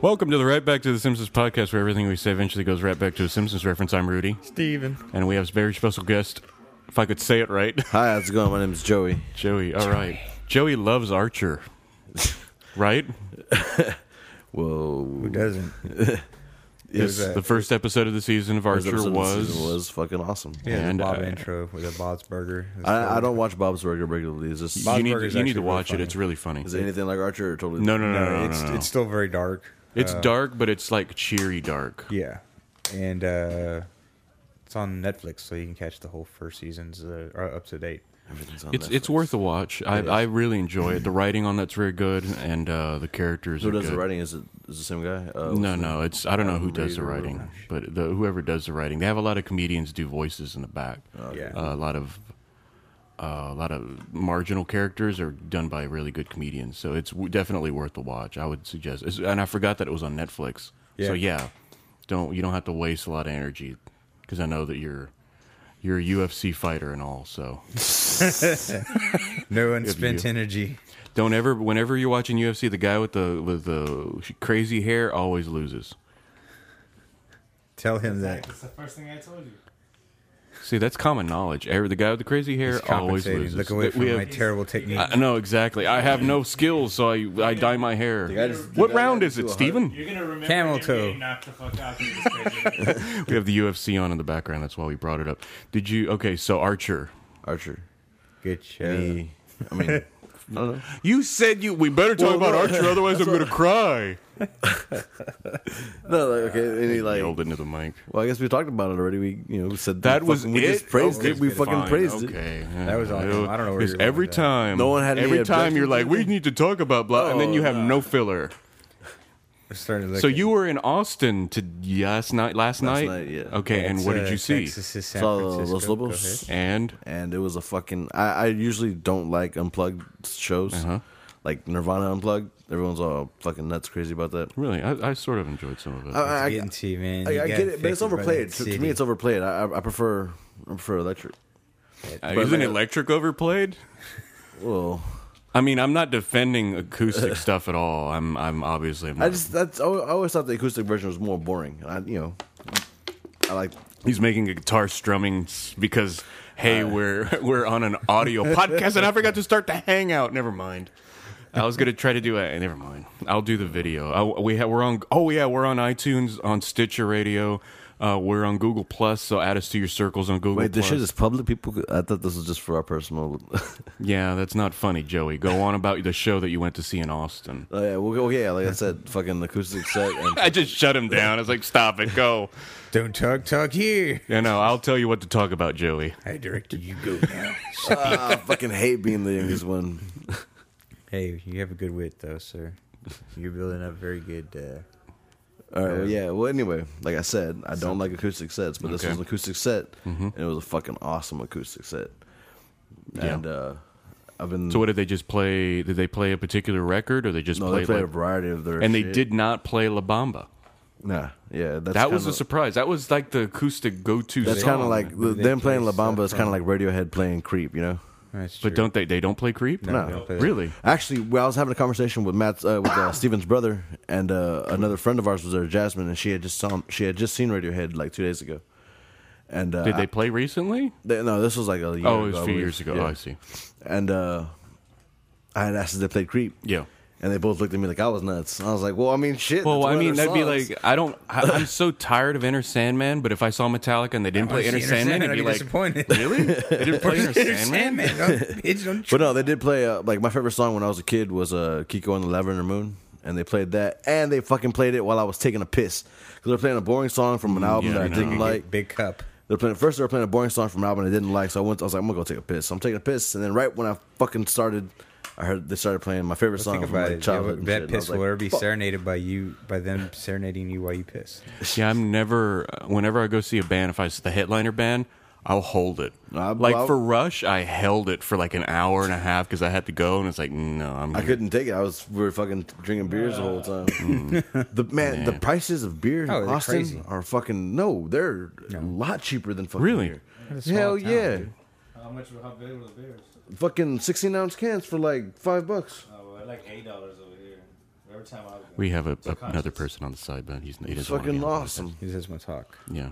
Welcome to the Right Back to the Simpsons podcast, where everything we say eventually goes right back to a Simpsons reference. I'm Rudy, Steven. and we have a very special guest. If I could say it right, Hi, how's it going? My name's Joey. Joey. All right, Joey loves Archer, right? Whoa. Who doesn't? This- that? the first episode of the season of Archer Episode of was, the season was fucking awesome. Yeah, And, the Bob uh, intro with a Bob's Burger. I, I don't watch Bob's Burger regularly. Is this Bob's You need, Burger's you need to actually watch really it. It's really funny. is it anything like Archer or totally? No, no, no, no, no, it's no, no. it's still very dark. It's Uh, dark, but it's like cheery dark. Yeah, and uh, it's on Netflix, so you can catch the whole first seasons uh, are up to date. Everything's on It's Netflix. it's worth a watch. I, I really enjoy it. The writing on that's very good, and uh, the characters. Who are does the good. writing? Is it is it the same guy? Uh, No, no, it's I don't know who does the Reed or writing, but the, whoever does the writing, they have a lot of comedians do voices in the back. Yeah. Uh, a lot of uh, a lot of marginal characters are done by really good comedians, so it's w- definitely worth the watch. I would suggest, it's- and I forgot that it was on Netflix. So Yeah. yeah, don't you don't have to waste a lot of energy because I know that you're you're a UFC fighter and all, so. No spent unspent energy. Don't ever. Whenever you're watching UFC, the guy with the with the crazy hair always loses. Tell him that. That's the first thing I told you. See, that's common knowledge. Every- The guy with the crazy hair He's always compensating. loses. Look away That from we my have, terrible technique. I know exactly. I have no skills, so I I dye my guy hair. just- the What guy round got is into it, a Steven? You're gonna remember Camel him toe. being knocked the fuck out because he's crazy. We have the UFC on in the background. That's why we brought it up. Did you? Okay, so Archer, Archer. Good show. He- I mean, I don't know. you said you. We better talk about Archer, otherwise I'm going to cry. No, like, okay. Any like? Yelled into the mic. Well, I guess we talked about it already. We you know we said That we was fucking- we it. just praised Okay, it. We fucking fine, praised it. Okay, That was awesome. I don't know where Because you were going every with that. time, No one had any every time you're objections Oh, like, or we need to talk about blah, and then you have no filler. I started So looking. you were in Austin to yes night last, night. night, yeah. Okay, and It's, what did uh, you see? Texas is San Saw Francisco. Los Go ahead. Lobos. And and it was a fucking. I, I usually don't like unplugged shows, like Nirvana unplugged. Everyone's all fucking nuts crazy about that. really, I, I sort of enjoyed some of it. I, I, It's getting to you, man. I, You I got get it, but affected it's by overplayed. that To, to city. me, it's overplayed. I, I, I prefer I prefer electric. Uh, but isn't like- electric overplayed? Well, I mean, I'm not defending acoustic stuff at all. I'm, I'm obviously, I'm not. I just that's I al- I always thought the acoustic version was more boring. I you know, I like he's making a guitar strumming s- because Uh, hey, we're we're on an audio podcast, and I forgot to start the hangout. Never mind. I was gonna try to do it. Never mind. I'll do the video. I, we have, we're on. Oh yeah, we're on iTunes, on Stitcher Radio. Uh, we're on Google Plus, so add us to your circles on Google. wait. This Plus. shit is public. People, could- I thought this was just for our personal. Yeah, that's not funny, Joey. Go on about the show that you went to see in Austin. oh yeah, well, oh, yeah. Like I said, fucking acoustic set. And, I just shut him down. I was like, "Stop it, go." Don't talk, talk here. You know, I'll tell you what to talk about, Joey. I directed you go now. Ah, I fucking hate being the youngest one. hey, you have a good wit, though, sir. You're building up very good. Uh, All right. Well, yeah. Well, anyway, like I said, I don't like acoustic sets, but this Okay. Mm-hmm. was an acoustic set, and it was a fucking awesome acoustic set. Yeah. And uh, I've been So, what did they just play? Did they play a particular record, or they just no, played? they played like- a variety of their and they shit. did not play La Bamba. Nah, yeah, that's That was a kinda- surprise. That was like the acoustic go-to. That's song. kind of like the, They them playing play La Bamba is stuff kind of like Radiohead playing Creep, you know. that's But true. don't they? They don't play Creep. No, they don't play that. really. Actually, well, I was having a conversation with Matt, uh, with uh, Steven's brother, and uh, another friend of ours was there, Jasmine, and she had just saw she had just seen Radiohead like two days ago. And uh, Did they play recently? they- No, this was like a year Oh, it was ago, I a few believe. years ago. Yeah. Oh, I see. and uh, I had asked if they played Creep. Yeah. And they both looked at me like I was nuts. And I was like, well, I mean, shit. Well, that's I one of mean, their that'd be songs. like I don't. I, I'm so tired of Inner Sandman. But if I saw Metallica and they didn't play see Inner Inner Sandman, Sandman, I'd be I'd be like, disappointed. really? They didn't play Inner Sandman. But no, they did play. Uh, like my favorite song when I was a kid was uh, "Kiko and the Lavender Moon," and they played that, and they fucking played it while I was taking a piss because they're playing a boring song from an album Mm, yeah, that I no. didn't like. big cup. They're playing first. They were playing a boring song from an album I didn't like, so I went. I was like, I'm gonna go take a piss. So I'm taking a piss, and then right when I fucking started, I heard they started playing my favorite song Think from about like it. childhood. and that shit, and I piss was like, will ever be "Fuck." serenaded by you, by them serenading you while you piss. Yeah, I'm never. uh, Whenever I go see a band, if I see the headliner band, I'll hold it. I- like well, I- for Rush, I held it for like an hour and a half because I had to go, and it's like, no, I'm. I here. couldn't take it. I was we were fucking drinking beers the whole time. Mm. the man, the prices of beer in Oh, they're Austin crazy. are fucking no. They're a lot cheaper than fucking Really? Here. It's a Hell small town, yeah. dude. How much? How big were the beers? fucking 16 ounce cans for like five bucks. Oh, well, like eight dollars over here. Every time I was We have a, a- Subconscious. another person on the side, but he's he "Oh, It's doesn't wanna be fucking on the awesome. He says my talk. podcast. Yeah,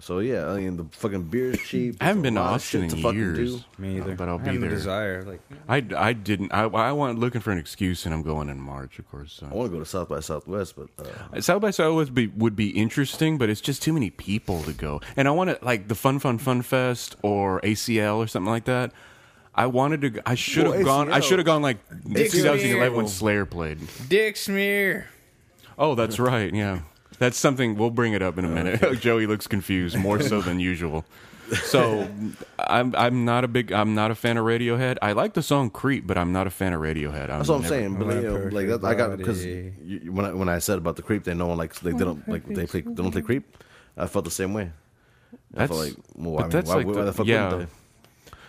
So yeah, I mean the fucking beer's cheap. I haven't There's been a to lot of Austin shit to in fucking years, do. Me either. but I'll I be have a there. desire. Like I, I didn't. I I went looking for an excuse, and I'm going in March, of course. I So. want to go to South by Southwest, but uh, South by Southwest be, would be interesting, but it's just too many people to go. And I want to like the Fun Fun Fun Fest or ACL or something like that. I wanted to. go- I should have Well, gone. I ACL should have gone like Dick's 2011 when Beer. Slayer played. Dick smear. Oh, that's right. Yeah, that's something. We'll bring it up in a minute. Joey looks confused more so than usual. So, I'm I'm not a big I'm not a fan of Radiohead. I like the song "Creep," but I'm not a fan of Radiohead. I'm that's what I'm never- saying. But I'm you know, perfect like that, I got because body. when I, when I said about the creep, they no one likes like they don't like they play they don't play creep. I felt the same way. I felt That's- like, well, but I mean, that's why, like why the- the fuck yeah. wouldn't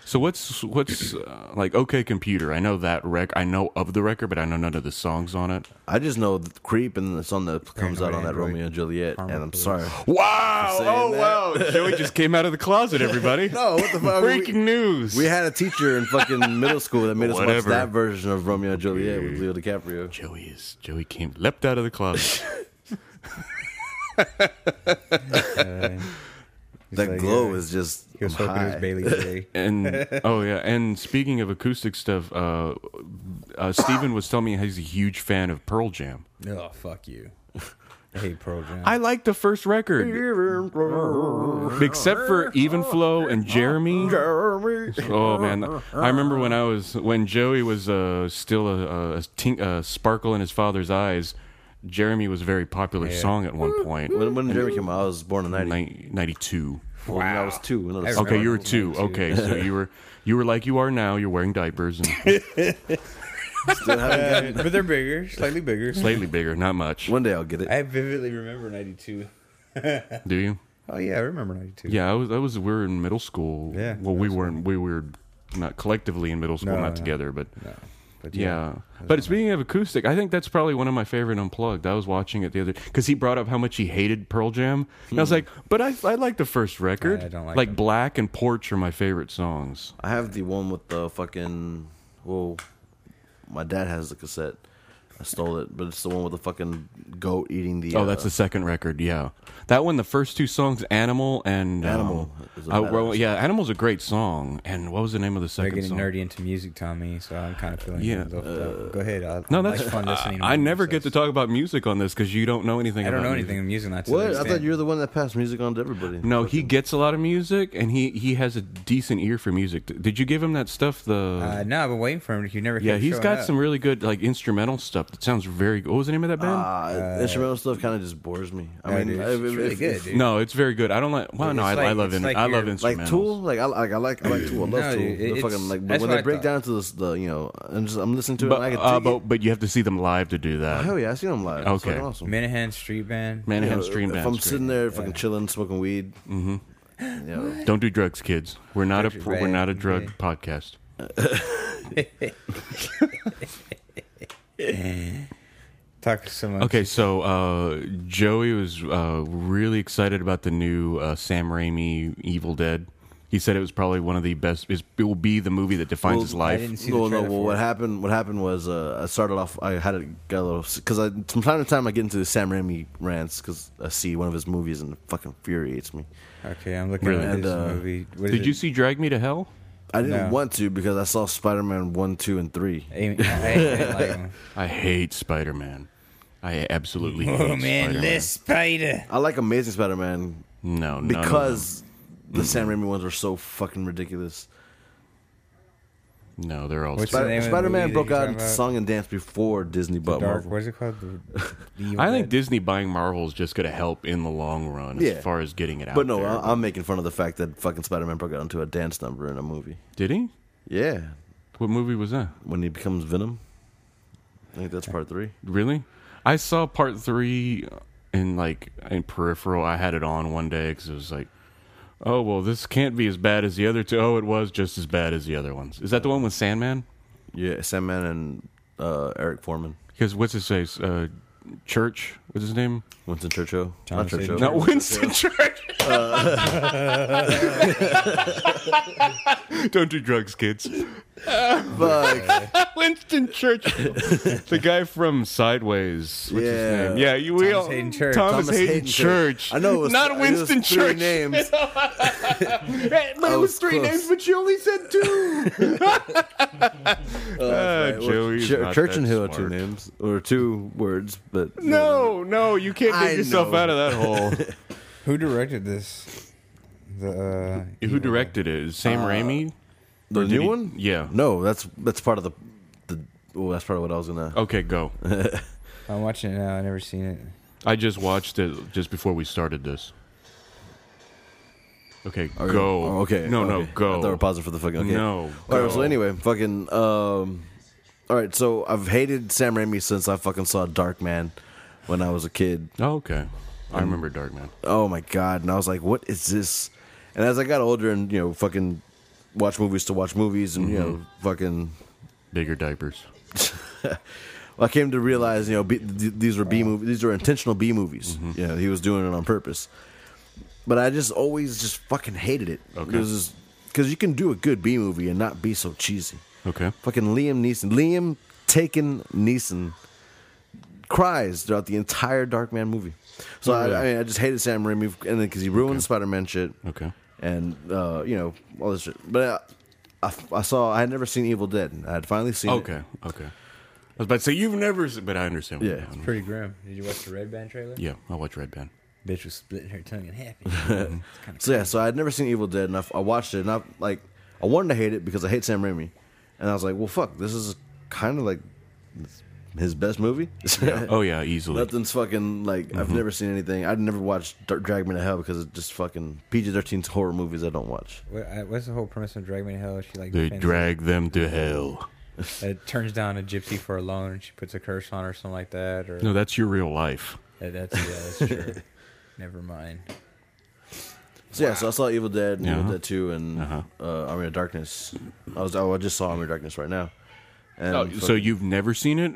So what's what's uh, like OK Computer? I know that rec. I know of the record, but I know none of the songs on it. they? I just know the creep and the song that comes out Paranoid on that Android. Romeo and Juliet, and I'm Armored sorry. Wow! saying Oh that. wow! Joey just came out of the closet. Everybody. No, what the fuck? Breaking news. We had a teacher in fucking middle school that made us watch Whatever. that version of Romeo and Juliet with Leo DiCaprio. Joey is Joey came leapt out of the closet. That glow is just He was I'm hoping it was high. Bailey J. and oh yeah, and speaking of acoustic stuff, uh, uh, Steven was telling me he's a huge fan of Pearl Jam. oh fuck you. I hate Pearl Jam. I like the first record, except for Even Flow and Jeremy. Oh man, I remember when I was when Joey was uh, still a, a, tink, a sparkle in his father's eyes. Jeremy was a very popular song at one point. When, when Jeremy came out, I was born in 90. Nin- 92. Well, when I was two. when I was- I Okay, you were remember. two. Okay, so you were you were like you are now. You're wearing diapers and still haven't got- but they're bigger, slightly bigger. slightly bigger, not much. One day I'll get it. I vividly remember '92. Do you? Oh yeah, I remember '92. Yeah, I was. I was. We were in middle school. Yeah, Well, we weren't. We were not collectively in middle school, No, not no. together, but. but Yeah, but speaking of acoustic, I think that's probably one of my favorite unplugged. I was watching it the other because he brought up how much he hated Pearl Jam, and I was like, "But I, I like the first record. Hmm. I don't like them. Black and Porch are my favorite songs. I have the one with the fucking. Well, my dad has the cassette. I stole it, but it's the one with the fucking goat eating the. uh, Oh, that's the second record. Yeah, that one. The first two songs, Animal and um, Animal is a I- well, badass. yeah, Animal's a great song. And what was the name of the They're second getting song? nerdy into music, Tommy. So I'm kind of feeling. Yeah. uh, left out. Go ahead. I, No, I that's uh, like fun listening. to I, I music, never so- get to talk about music on this because you don't know anything. I don't about know music. anything in music. Not to What? that I thought extent. you were the one that passed music on to everybody. No, he gets a lot of music, and he he has a decent ear for music. D- Did you give him that stuff? The Uh, no, I've been waiting for him. You never. yeah, kept he's showing got up. some really good like instrumental stuff that sounds very. good. What was the name of that band? Ah, instrumental stuff kind of just bores me. I Yeah, mean, dude, if- it's if- really if- good, if- dude. no, it's very good. I don't like. Well, It's no, I, like- I love it's in, like I love your- instrumentals. Like Tool, like I like I like I like Tool. I love No, Tool. dude, They're it's- fucking like, but that's when what they I break thought. down to this, the you know, I'm just I'm listening to it. but, and I can uh, dig but it. but you have to see them live to do that. hell yeah, I seen them live. It's Okay. fucking awesome. Minahan Street Band. You know, Manhattan Stream If Band. I'm sitting there fucking chilling, smoking weed, mm-hmm. you know, Don't do drugs, kids. We're not Don't a do we're not a drug drugs. podcast. Talk to someone. Okay, so uh, Joey was uh, really excited about the new uh, Sam Raimi Evil Dead. He said it was probably one of the best. It will be the movie that defines Well, his I life. didn't see the Well, no. trailer Well, for what it. happened? What happened was uh, I started off. I had a, got a little because I from time to time I get into the Sam Raimi rants because I see one of his movies and it fucking infuriates me. Okay, I'm looking Really? at And, this uh, movie. What is Did it? you see Drag Me to Hell? I didn't No. want to because I saw Spider Man one, two, and three. Amy, I, I didn't like him. I hate Spider Man. I absolutely hate Oh man, Spider-Man. this spider. I like Amazing Spider Man No, no, because the Sam Raimi ones were so fucking ridiculous. no, no, they're all. What's Spider- the name of the Spider Man movie that broke you're out talking into about? song and dance before Disney, but Dark. Marvel. What is it called? The, the I think Disney buying Marvel is just going to help in the long run as Yeah. far as getting it out. But no, there. I, I'm making fun of the fact that fucking Spider Man broke out into a dance number in a movie. did he? Yeah, What movie was that? when he becomes Venom. I think that's part three. Really? I saw part three in like in peripheral. I had it on one day because it was like, oh well, this can't be as bad as the other two. Oh, it was just as bad as the other ones. Is that the one with Sandman? Yeah, Sandman and uh, Eric Foreman, Because what's his face? Uh, Church? What's his name? Winston Churchill, John not Cena. Churchill. Not Winston Church. Don't do drugs, kids. Fuck. Winston Churchill, the guy from Sideways. What's Yeah. his name? Yeah, you we Thomas all, Hayden Church. Thomas, Thomas Hayden, Hayden Church. I know it was- it not was Winston three Church. names. Hey, but I it was was three close. Oh, names, but you only said two. Ah, Well, Joey's Chur- not Church that and Hill are two smart. names or two words, but No, no, you can't I dig yourself know. out of that hole. Who directed this? The uh, Who directed it? Sam Raimi? Uh, the did new he- one. yeah. No, that's that's part of the the. Oh, that's part of what I was gonna. Okay, go. uh, I'm watching it now. I never seen it. I just watched it just before we started this. Okay, Okay. go. Oh, okay. No, okay. no, go. I thought we were pausing for the fucking. Okay. No. All go. right. So anyway, fucking. Um, all right. So I've hated Sam Raimi since I fucking saw Dark Man when I was a kid. Oh, okay. I Um, remember Dark Man. oh my god and i was like what is this and as i got older and you know fucking watch movies to watch movies and you know fucking Bigger diapers. i came to realize you know B, th- these were b movies these were intentional b movies you know he was doing it on purpose but i just always just fucking hated it Okay. because you can do a good b movie and not be so cheesy Okay. fucking liam neeson liam taken neeson cries throughout the entire dark man movie so I, I mean i just hated sam raimi and then because he ruined spider-man shit Okay. and uh, you know all this shit. But I, I, I saw I had never seen Evil Dead. I had finally seen. it. Okay. Okay. I was about to say you've never, se- but I understand. what Yeah. you're doing. Pretty grim. Did you watch the Red Band trailer? Yeah. I watch Red Band. Bitch was splitting her tongue in half. It's kinda So yeah, so I had never seen Evil Dead, and I, f- I watched it, and I like I wanted to hate it because I hate Sam Raimi, and I was like, well, fuck, this is kind of like his best movie. Oh yeah, easily. Nothing's fucking like I've Mm-hmm. never seen anything. I'd never watched Dar- Drag Me to Hell because it's just fucking PG 13's horror movies I don't watch. What, I- what's the whole premise of Drag Me to Hell? She like they defends- drag them to hell. It turns down a gypsy for a loan. She puts a curse on her, or something like that. Or No, that's your real life. Uh, that's yeah, that's true. Never mind. So yeah, so I saw Evil Dead, and Evil Uh-huh. Dead Two, and uh Army of Darkness. I was oh, I just saw Army of Darkness right now. And Oh, so you've never seen it?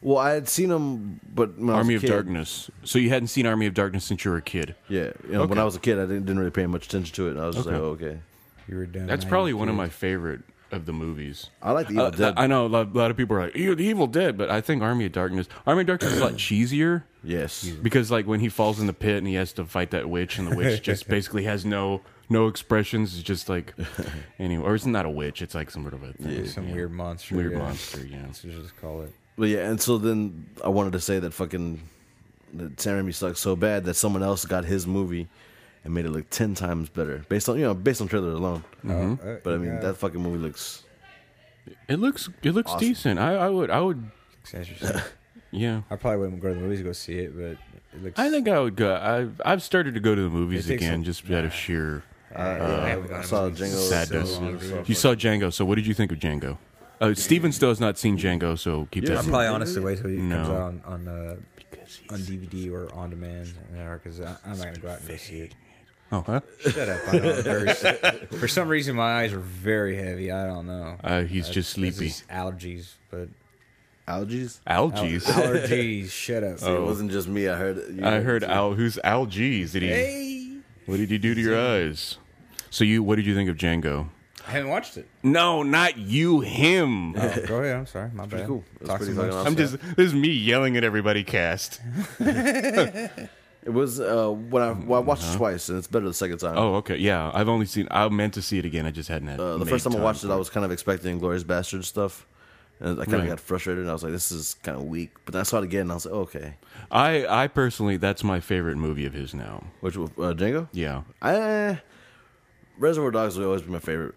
Well, I had seen them, but when I was Army a of kid- Darkness. So you hadn't seen Army of Darkness since you were a kid. Yeah, you know, when I was a kid, I didn't, didn't really pay much attention to it. And I was just Okay. like, oh, okay. You were done. That's probably one of my favorite of the movies. I like the Evil Uh, Dead. I know a lot, a lot of people are like, "Ew, the Evil Dead," but I think Army of Darkness. Army of Darkness is a lot cheesier yes, because, like, when he falls in the pit and he has to fight that witch, and the witch just basically has no no expressions. It's just like, anyway, or it's not a witch. It's like some sort of a thing, some yeah. weird monster. weird yeah. monster. Yeah, Let's just call it. but yeah, and so then I wanted to say that fucking that Sam Raimi sucks so bad that someone else got his movie and made it look ten times better based on you know based on trailer alone. Mm-hmm. Uh, But I mean, yeah. that fucking movie looks. it looks it looks Awesome. decent. I, I would I would Looks interesting. yeah. I probably wouldn't go to the movies to go see it, but it looks. I think I would go. I've I've started to go to the movies It takes again a- just out of sheer. uh, Uh, I saw Django. Sadness. So, so You saw Django, so what did you think of Django? Uh, Steven still has not seen Django, so keep Yeah, that. I'm in probably honestly wait till it comes No. out on on, uh, on DVD or on demand, because I'm not gonna go out and go see it. Oh, huh? Shut up! I know, I'm very sick. For some reason, my eyes are very heavy. I don't know. Uh, he's just It's sleepy. just allergies, but Algies. al- Algies. allergies. Shut up! It wasn't just me. I heard. You Oh. I heard Al. Who's Algies? Did he? Hey, What did he do to your eyes? So you, what did you think of Django? I haven't watched it. No, not you. Him. Oh, go ahead. I'm sorry. My bad. cool. It's Talk pretty so much. fucking I'm just. This is me yelling at everybody. Cast. It was uh, when I well, I watched it twice, and it's better the second time. Mm-hmm. Oh, okay. Yeah, I've only seen. I meant to see it again. I just hadn't had. Uh, the made first time I time watched it, for I was kind of expecting Glorious Bastard stuff. And I kind Right. of got frustrated, and I was like, this is kind of weak. But then I saw it again, and I was like, okay. I, I personally, that's my favorite movie of his now. Which was uh, Django? Yeah. I, Reservoir Dogs would always be my favorite.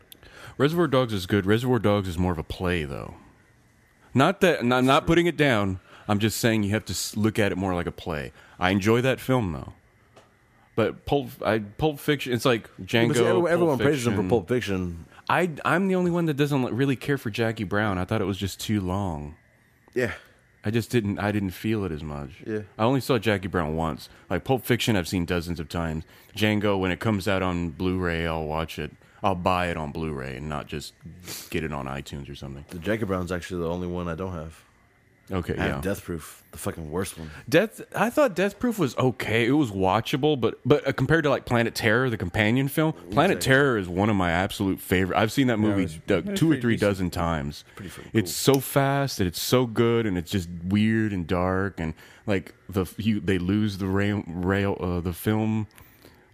Reservoir Dogs is good. Reservoir Dogs is more of a play, though. Not that and I'm not putting it down. I'm just saying you have to s- look at it more like a play. I enjoy that film though. But Pulp, I, Pulp Fiction, it's like Django. Because everyone, Pulp everyone praises him for Fiction. Pulp Fiction. I, I'm the only one that doesn't li- really care for Jackie Brown. I thought it was just too long. Yeah. I just didn't. I didn't feel it as much. Yeah. I only saw Jackie Brown once. Like Pulp Fiction, I've seen dozens of times. Django, when it comes out on Blu-ray, I'll watch it. I'll buy it on Bluray and not just get it on iTunes or something. The Jackie Brown's actually the only one I don't have. Okay, I yeah. have Death Proof, the fucking worst one. Death. I thought Death Proof was okay. It was watchable, but but uh, compared to like Planet Terror, the companion film, Planet Terror is one of my absolute favorite. I've seen that movie uh, two or three dozen times. Pretty it's so fast and it's so good and it's just weird and dark and like the you they lose the rail, rail uh, the film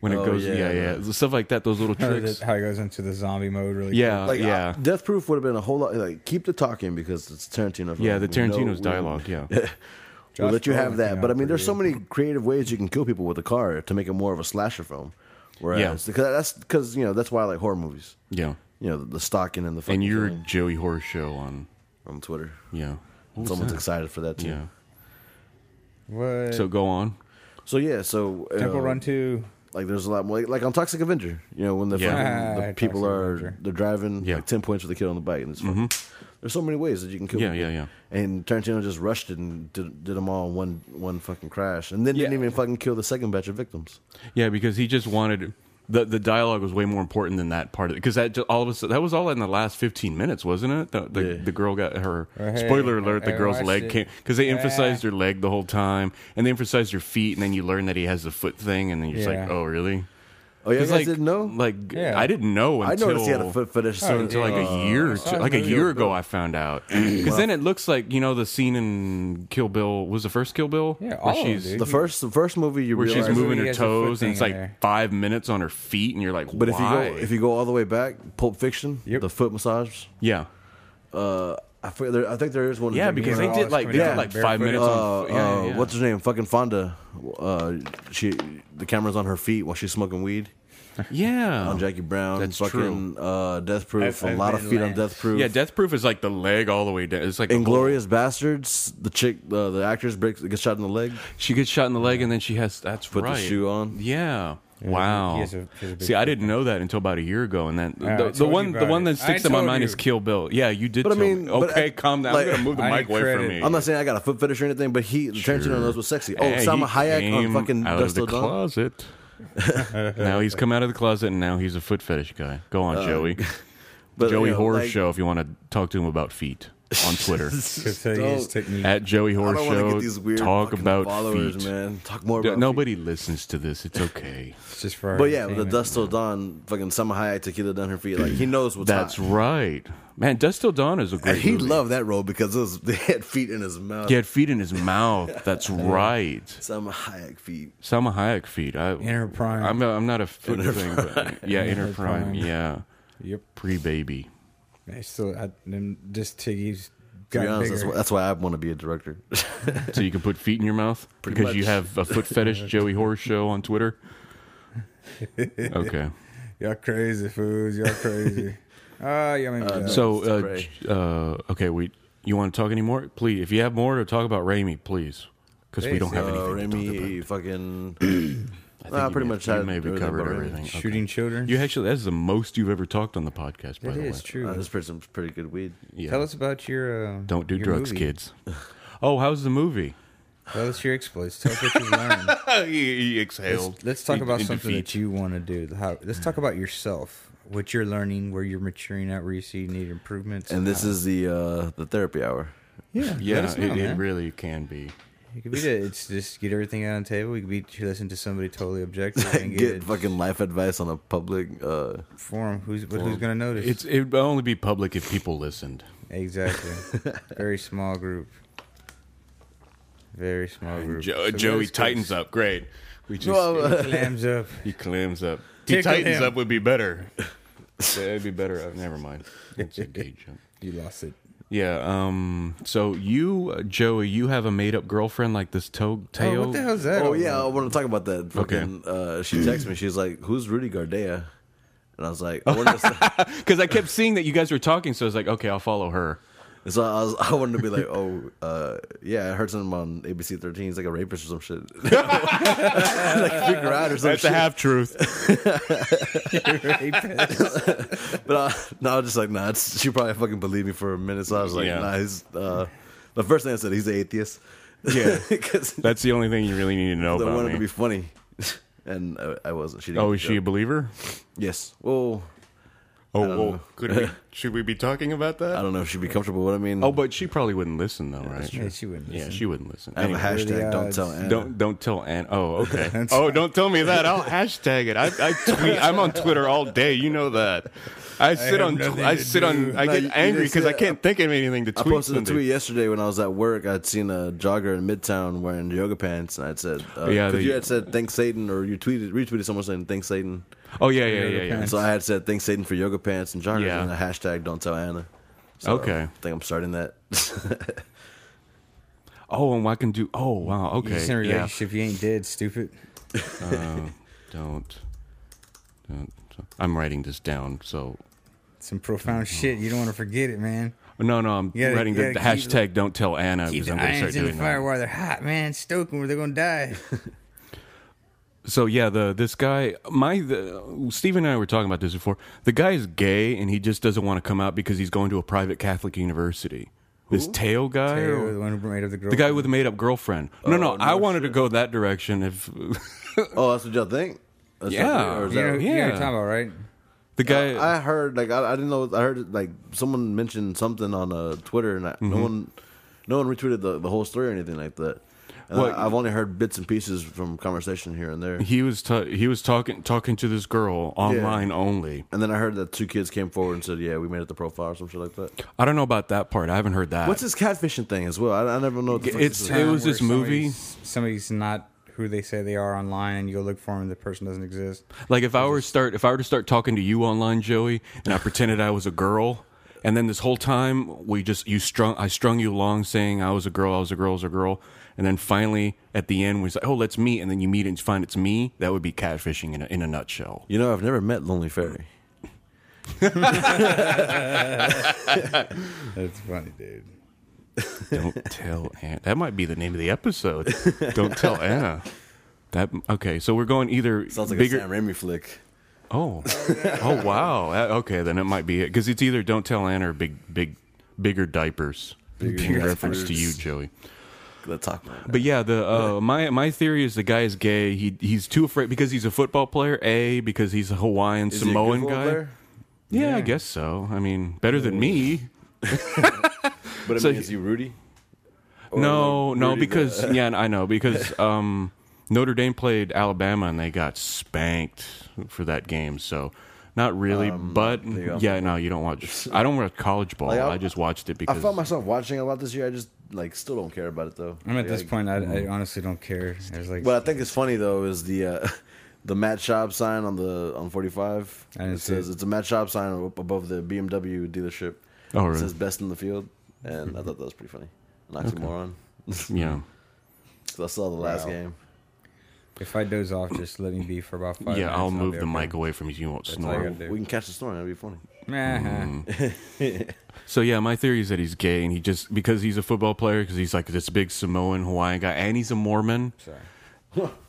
when it Oh, goes yeah, yeah yeah, stuff like that. Those little How it, tricks. how it goes into the zombie mode really Yeah, Like, Uh, yeah. yeah. Death Proof would have been a whole lot. Like, keep the talking because it's Tarantino. yeah, the We know- Tarantino's we- dialogue. Yeah, We'll Josh let you Brolin have came that. But I out mean, there's so pretty many creative ways you can kill people with a car to make it more of a slasher film. Whereas, because that's because you know that's why I like horror movies. yeah. You know, the, the stalking and the fucking And you're killing Joey Horror Show on on Twitter. yeah. What was Someone's that? excited for that too. Yeah. good. What? So go on. So yeah, so uh, Temple Run Two. Like there's a lot more, like, like on Toxic Avenger. You know when the, Yeah. fucking, Ah, the people Toxic are Avenger. they're driving Yeah. Mm-hmm. like ten points with the kid on the bike, and it's fucking- there's so many ways that you can kill. Yeah, people. yeah, yeah. And Tarantino just rushed it and did, did them all in one one fucking crash, and then didn't Yeah. even fucking kill the second batch of victims. Yeah, because he just wanted the the dialogue was way more important than that part of it. Because that just, all of a sudden that was all in the last fifteen minutes, wasn't it? The the, Yeah. the girl got her Hey, spoiler alert. The I girl's watched leg it. came because they emphasized her leg the whole time, and they emphasized her feet, and then you learn that he has the foot thing, and then you're just like, Yeah. oh really? Oh, you guys 'Cause, like, didn't know? Like Yeah. I didn't know I until noticed he had a foot fetish. Oh, So until like a year, or two, I like a know. year ago, I found out. Because then it looks like you know the scene in Kill Bill was the first Kill Bill. Yeah, where all of them, she's- dude. the first the first movie you where realize, she's Everybody moving her has a foot toes, and it's thing like in there. five minutes on her feet, and you're like, But if you why? go if you go all the way back, Pulp Fiction, Yep. the foot massage. yeah, Uh, I forget, there, I think there is one. yeah, because they Yeah. did like they Yeah. did like five Barefooted. minutes. uh, on, yeah, yeah, uh, yeah. what's her name? Fucking Fonda. Uh, she the camera's on her feet while she's smoking weed yeah. on Jackie Brown. Oh, That's fucking uh, Death Proof. I've- A I've lot of been feet on last. Death Proof. yeah, Death Proof is like the leg all the way down. It's like the Inglorious Bastards. The chick, uh, the actress breaks gets shot in the leg. whole- she gets shot in the leg, and then she has that's Put right. the shoe on. Yeah. he Wow. has a- he has a big See, I foot didn't know that until about a year ago, and then I the, the told you one the about one it. that sticks I in my told mind you. is Kill Bill. Yeah, you did. But I tell me. mean, but okay, I- calm down. like- I'm gonna move the I need mic away from credit. me. I'm not saying I got a foot fetish or anything, but he Tarantino knows what's sexy. Oh, Hey, Salma he Hayek on came fucking out of Dust the Till Dawn. closet. now he's come out of the closet, and now he's a foot fetish guy. Go on, Joey. Uh, But, Joey you know, Horror like- Show. If you want to talk to him about feet on Twitter, Because he Don't- is technique. at Joey I Horror don't want to Show. get these weird talk fucking about followers, feet. man. Talk more D- about feet. Nobody listens to this. It's okay. It's just for. our But yeah, the entertainment. Dust Till Dawn, fucking Salma Hayek tequila down her feet. Like he knows what's That's hot. right, man. Dust Till Dawn is a great. And he movie. loved that role because it was, they had feet in his mouth. He had feet in his mouth. That's right. Salma Hayek feet. Salma Hayek feet. I, Inner prime. I'm, I'm not a foot thing. But, yeah, inner, Inner prime. prime. Yeah, Yep. pre baby. I still. I, them, this Tiggy's To got be honest, bigger. that's why, that's why I want to be a director. So you can put feet in your mouth Pretty because you much. have a foot fetish, Joey Horse Show on Twitter. Okay, Y'all crazy fools. Y'all crazy. Ah, y'all made me Oh, laugh. so uh, Spray. j- uh, okay, we you want to talk any more? Please, if you have more to talk about Raimi, please, because we Please, don't have uh, anything to talk about. Remy, fucking. I think Nah, you pretty may- much you had maybe everything covered about Raimi. everything. Okay. shooting children. You actually that's the most you've ever talked on the podcast. By That the is way, true. Uh, this person's pretty good weed. Yeah. Tell us about your. Uh, Don't do your drugs, movie. kids. Oh, how's the movie? Tell us your exploits. Tell us what you learned. he, exhaled. Let's, let's talk about something that you want to do. How, let's talk about yourself. What you're learning, where you're maturing at, where you see you need improvements. And this is the uh, the therapy hour. yeah, let Yeah, us know, it, it man. really can be. It could be that it's just get everything out on the table. You could be to listen to somebody totally objective and Get, get, it fucking life advice on a public. Uh, forum. Who's but who's gonna notice? It's it would only be public if people listened. exactly very small group. Very small group. Jo- So let Joey us go- tightens up. Great. We just uh, Clams up. he climbs up. he uh, Tickle tightens him. up would be better. That'd be better. Oh, never mind. It's a gay joke. You lost it. Yeah. Um. So you, uh, Joey, you have a made-up girlfriend like this to- Oh, Teo. what the hell's that? oh over yeah, I there? want to talk about that. Okay. Fucking, uh, she texted me. She's like, "Who's Rudy Gardea?" And I was like, I wanted to, Because I kept seeing that you guys were talking, so I was like, okay, I'll follow her. And So I was, I wanted to be like, oh, uh, yeah, I heard something on ABC 13. He's like a rapist or some shit. like figure out or some shit. truth. But I, no, I was just like, nah, it's, she probably fucking believed me for a minute. So I was like, Yeah. nah, he's, uh, the first thing I said, he's an atheist. Yeah. Because I That's the only thing you really need to know about wanted me. to be funny. And I, I wasn't. She didn't oh, get is the she a joke. believer? Yes. Well, Oh, don't well, know. could we, should we be talking about I that? don't know if she'd be comfortable. But I mean, Oh, but she probably wouldn't listen though, right? Yeah, she wouldn't. Yeah, listen. she wouldn't listen. I have a Anyway, hashtag. the don't odds? tell Anna. don't don't tell Ann. Oh, okay. oh, don't tell me that. I'll hashtag it. I, I tweet. I'm on Twitter all day. You know that. I sit have on. tw- nothing I to sit on. I No, you- get you angry just because I said- can't think of anything to I tweet. posted a Sunday. tweet yesterday when I was at work. I'd seen a jogger in Midtown wearing yoga pants, and I'd said, uh, Yeah, 'cause they- you had said thanks Satan, or you tweeted retweeted someone saying thanks Satan. Oh yeah, yeah, yeah, yeah. And so I had said thanks Satan for yoga pants and joggers, Yeah. and the hashtag don't tell Anna. Okay. I think I'm starting that. Oh, and I can do. Oh wow. You just Okay. in a Yeah. um, relationship, you ain't dead, stupid. Don't. Don't. I'm writing this down. So Some profound Mm-hmm. shit. You don't want to forget it, man. no, no. I'm You gotta- writing you the, the gotta keep- hashtag. don't tell Anna Keep because the I'm going to start irons in the doing fire that. while they're hot, man. Stoke them or they're gonna die. So yeah, the this guy, my the, Steve and I were talking about this before. The guy is gay and he just doesn't want to come out because he's going to a private Catholic university. This tail guy, or- Taylor, the one who made up the girl. the guy with the made up girlfriend. No, no, Oh, no I wanted to go that direction. If oh, that's what y'all think. That's Yeah. y'all think, or is You know, that- you know what Yeah. I'm talking about, right? the guy, I heard like I, I didn't know. I heard like someone mentioned something on uh, Twitter, and I, no Mm-hmm. one, no one retweeted the, the whole story or anything like that. And Well, I, I've only heard bits and pieces from conversation here and there. he was ta- he was talking talking to this girl online only. And then I heard that two kids came forward and said, "Yeah, we made it the profile or some shit like that." I don't know about that part. I haven't heard that. What's this catfishing thing as well? I, I never know. What the fuck It's- this is. it was this Where movie- Somebody's, somebody's not who they say they are online, and you go look for them, and the person doesn't exist. Like if I were to start if I were to start talking to you online, Joey, and I pretended I was a girl, and then this whole time we just you strung I strung you along saying I was a girl, I was a girl, I was a girl, and then finally at the end we say, oh let's meet, and then you meet and find it's me. That would be catfishing in a, in a nutshell. you know, I've never met Lonely Fairy. That's funny, dude. Don't tell Anna. That might be the name of the episode. Don't tell Anna. That okay? So we're going either Sounds like bigger. a Sam Raimi flick. Oh, oh wow. That- okay, then it might be it because it's either don't tell Anna or big, big, bigger diapers. in reference to you, Joey. The talk man. But yeah, the uh, my my theory is the guy is gay. He he's too afraid because he's a football player. A because he's a Hawaiian Is he a good Samoan football guy. player? Yeah, I guess so. I mean, better than me. But I So mean, he- is he Rudy? no, like, no, Rudy because yeah, I know because um, Notre Dame played Alabama and they got spanked for that game. So. Not really, but Um, go. yeah, no, you don't watch. I don't watch college ball. Like, I- I, just watched it I because found myself watching a lot this year. I just like still don't care about it though. I'm at this Like, mm. point. I, I honestly don't care. There's like What I think is funny though is the uh, the Matt Schaub sign on the on 45. I didn't It see says it. it's a Matt Schaub sign up above the BMW dealership. Oh, It really? says best in the field, and I thought that was pretty funny. An oxymoron. yeah. so I saw the last Wow. game. if I doze off, just let me be for about five. yeah, minutes, I'll be move the okay. mic away from you. You won't all I snore. gotta do. We can catch the snoring. That'd be funny. Mm. Nah. So yeah, my theory is that he's gay, and he just because he's a football player, because he's like this big Samoan Hawaiian guy, and he's a Mormon. Sorry.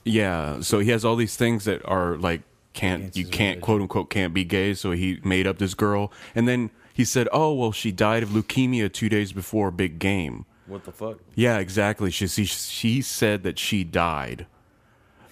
Yeah, so he has all these things that are like can't Against you his can't religion. quote unquote can't be gay. So he made up this girl, and then he said, "Oh well, she died of leukemia two days before a big game." What the fuck? Yeah, exactly. She she, she said that she died.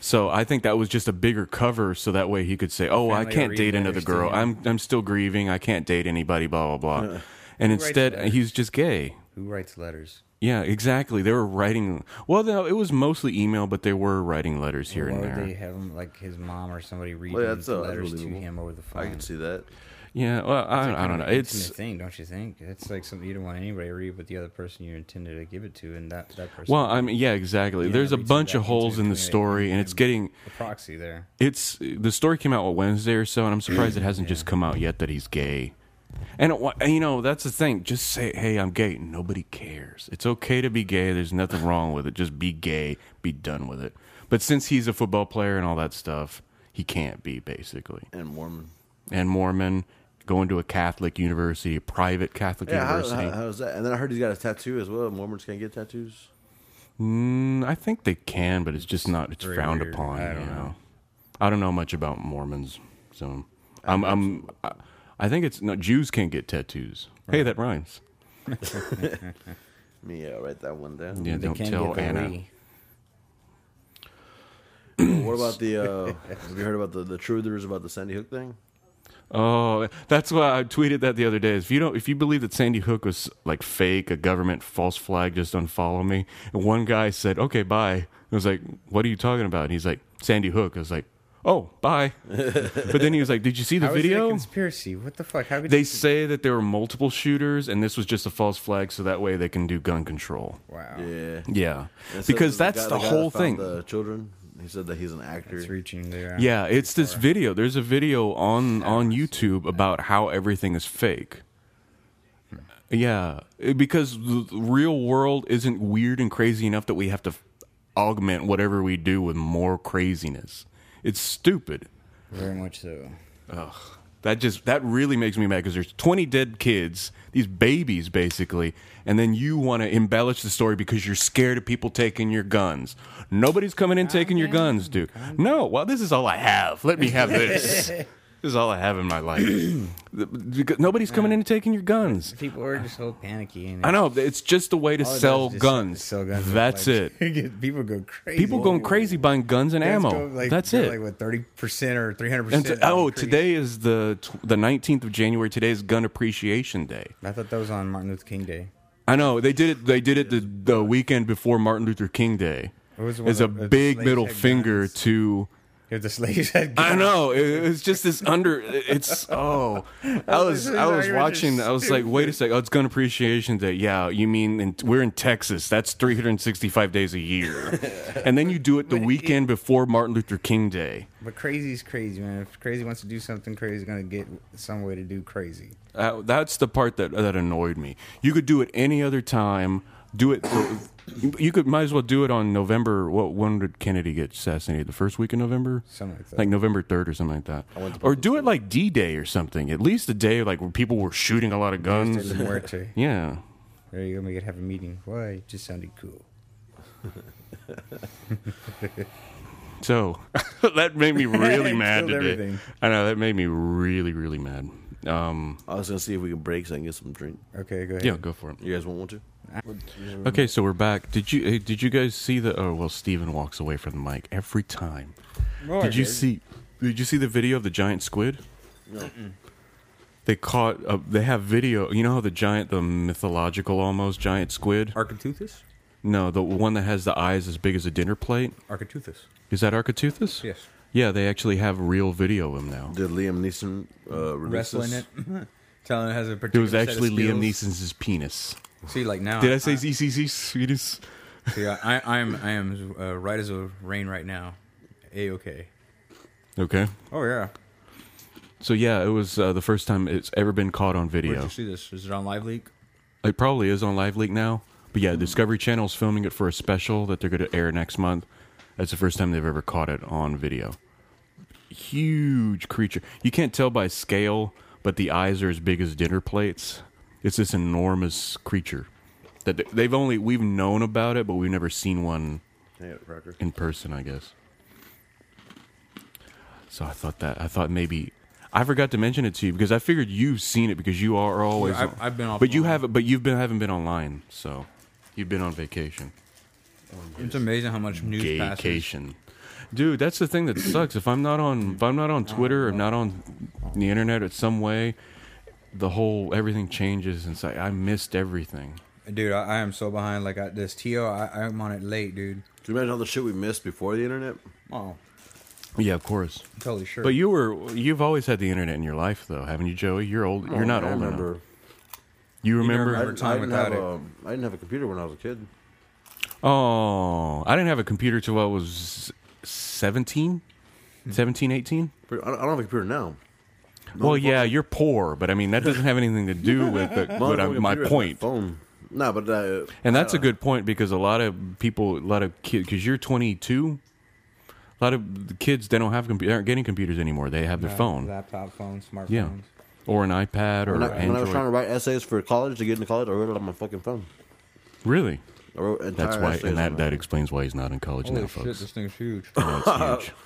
So I think that was just a bigger cover, so that way he could say, "Oh, I Family can't are date even another girl. I'm understanding. I'm still grieving. I can't date anybody." Blah blah blah. And instead, that? he's just gay. Who writes letters? Yeah, exactly. They were writing. Well, no, it was mostly email, but they were writing letters here Why and would there. they have him like his mom or somebody reading Well, that's uh, letters to unbelievable. him over the phone? I can see that. Yeah, well, I, I don't know. It's a thing, don't you think? It's like something you don't want anybody to read, but the other person you're intended to give it to, and that that person. well, I mean, yeah, exactly. Yeah, There's a reach bunch back of holes into in the community. story, and it's getting a proxy there. it's the story came out what Wednesday or so, and I'm surprised Mm-hmm. it hasn't just come out yet that he's gay. And it, wa- and, you know that's the thing. Just say, "Hey, I'm gay." Nobody cares. It's okay to be gay. There's nothing wrong with it. Just be gay. Be done with it. But since he's a football player and all that stuff, he can't be basically. And Mormon. and Mormon going to a Catholic university, a private Catholic Yeah, how, university. how, how's that? And then I heard he's got a tattoo as well. Mormons can't get tattoos. Mm, I think they can, but it's just not. It's very frowned weird. upon. I don't you know? know. I don't know much about Mormons, so I'm. I'm I, I think it's no Jews can't get tattoos. Hey, that rhymes. Me, yeah, write that one down. Yeah, don't tell Anna. What about the? Uh, have you heard about the the truthers about the Sandy Hook thing? Oh, that's why I tweeted that the other day. If you don't, if you believe that Sandy Hook was like fake, a government false flag, just unfollow me. And one guy said, "Okay, bye." I was like, "What are you talking about?" And he's like, "Sandy Hook." I was like, "Oh, bye." but then he was like, "Did you see the How is it a video?" conspiracy. What the fuck? How could They you- say that there were multiple shooters, and this was just a false flag, so that way they can do gun control. Wow. Yeah. Yeah, And so because guy- that's the, guy that whole found thing. The children. He said that he's an actor. It's reaching there. Yeah, it's this video. There's a video on on YouTube about how everything is fake. Yeah, it- because the the real world isn't weird and crazy enough that we have to f- augment whatever we do with more craziness. It's stupid. Very much so. Ugh. That just that really makes me mad because there's 20 dead kids, these babies basically, and then you want to embellish the story because you're scared of people taking your guns. Nobody's coming in taking your guns, dude. No, well, this is all I have. Let me have this. this is all I have in my life. Because Nobody's coming in and taking your guns. People are just so panicky. And I know it's just a way to all it does sell is Oh, just guns. Sell guns. That's Like, it. people go crazy. People going crazy buying guns and Guns ammo. go, like, That's they're, it. Like what, thirty percent or three hundred And t- percent? oh, today is the tw- the nineteenth of January. Today is Gun Appreciation Day. I thought that was on Martin Luther King Day. I know they did it. They did it the, the weekend before Martin Luther King Day. It was one It's a of the- big it's middle like finger guns. to. If the slaves had I guns. know it, it's just this under. It's oh, I was I was watching. I was like, wait a second. Oh, it's Gun Appreciation Day. Yeah, you mean in, we're in Texas? That's 365 days a year, and then you do it the weekend before Martin Luther King Day. But crazy is crazy, man. If crazy wants to do something crazy, is gonna get some way to do crazy. Uh, that's the part that that annoyed me. You could do it any other time. Do it. you could might as well do it on November. What when did Kennedy get assassinated? The first week in November, Something like that. like November third or something like that. Or do it like D Day or something. At least a day like where people were shooting a lot of Instead guns. of muerte. yeah. There you go. We could have a meeting. Why? It just sounded cool. So that made me really It mad killed today. everything. I know that made me really really mad. Um, I was gonna see if we can break so I can get some drink. Okay, go ahead. Ah, yeah, go for it. You guys won't want to. Okay, so we're back. Did you eh, did you guys see the? Oh well, Steven walks away from the mic every time. Did you see? Did you see the video of the giant squid? No. They caught. Uh, they have video. You know how the giant, the mythological almost giant squid. Architeuthis? No, the one that has the eyes as big as a dinner plate. Architeuthis. Is that Architeuthis? Yes. Yeah, they actually have real video of him now. Did Liam Neeson uh, release Wrestling this? it. Telling it has a It particular was actually set of Uh, Liam skills. Neeson's penis. See, like now. Did I say ZCC Swedish? see, I, I, I'm, I am uh, right as a rain right now. A-okay. Okay. Oh, yeah. So yeah, it was uh, the first time it's ever been caught on Where'd video. you see this? Is it on Live Leak? It probably is on Live Leak now. But yeah, Discovery Channel's filming it for a special that they're going to air next month. That's the first time they've ever caught it on video. Huge creature. You can't tell by scale, but the eyes are as big as dinner plates. It's this enormous creature that they- they've only we've known about it, but we've never seen one Hang it, Rocker. in person, I guess. So I thought that I thought maybe I forgot to mention it to you because I figured you've seen it because you are always. Yeah, I've- I've been but you offline. haven't. But you've been haven't been online, so you've been on vacation. It's amazing how much news passes. Vacation, dude. That's the thing that sucks. If I'm not on, if I'm not on Twitter or not on the internet in some way, the whole everything changes, and so I missed everything. Dude, I, I am so behind. Like, I, this TO, I, I'm on it late, dude. Can you imagine all the shit we missed before the internet? Oh, Yeah, of course. totally sure. But you were you've always had the internet in your life, though, haven't you, Joey? You're old. You're not Oh, I old enough. remember. You remember? I, Remember didn't- time I didn't without have it. a. I didn't have a computer when I was a kid. Oh, I didn't have a computer till I was 17, 17, 18. I don't, I don't have a computer now. Well, yeah, you're poor, but I mean that doesn't have anything to do with the, My what I- fucking my computer is point. Phone. No, but uh, And that's a good point because a lot of people, a lot of kids, because you're 22, a lot of the kids they don't have compu- they aren't getting computers anymore. They have their phone, Uh, Laptop phone, smartphones. yeah, or an iPad or when I, when I Android. was trying to write essays for college to get into college, I wrote it on my fucking phone. really, I wrote entire that's why, essays and that on that it. explains why he's not in college Holy now, shit, folks. this thing's huge. Yeah, it's huge.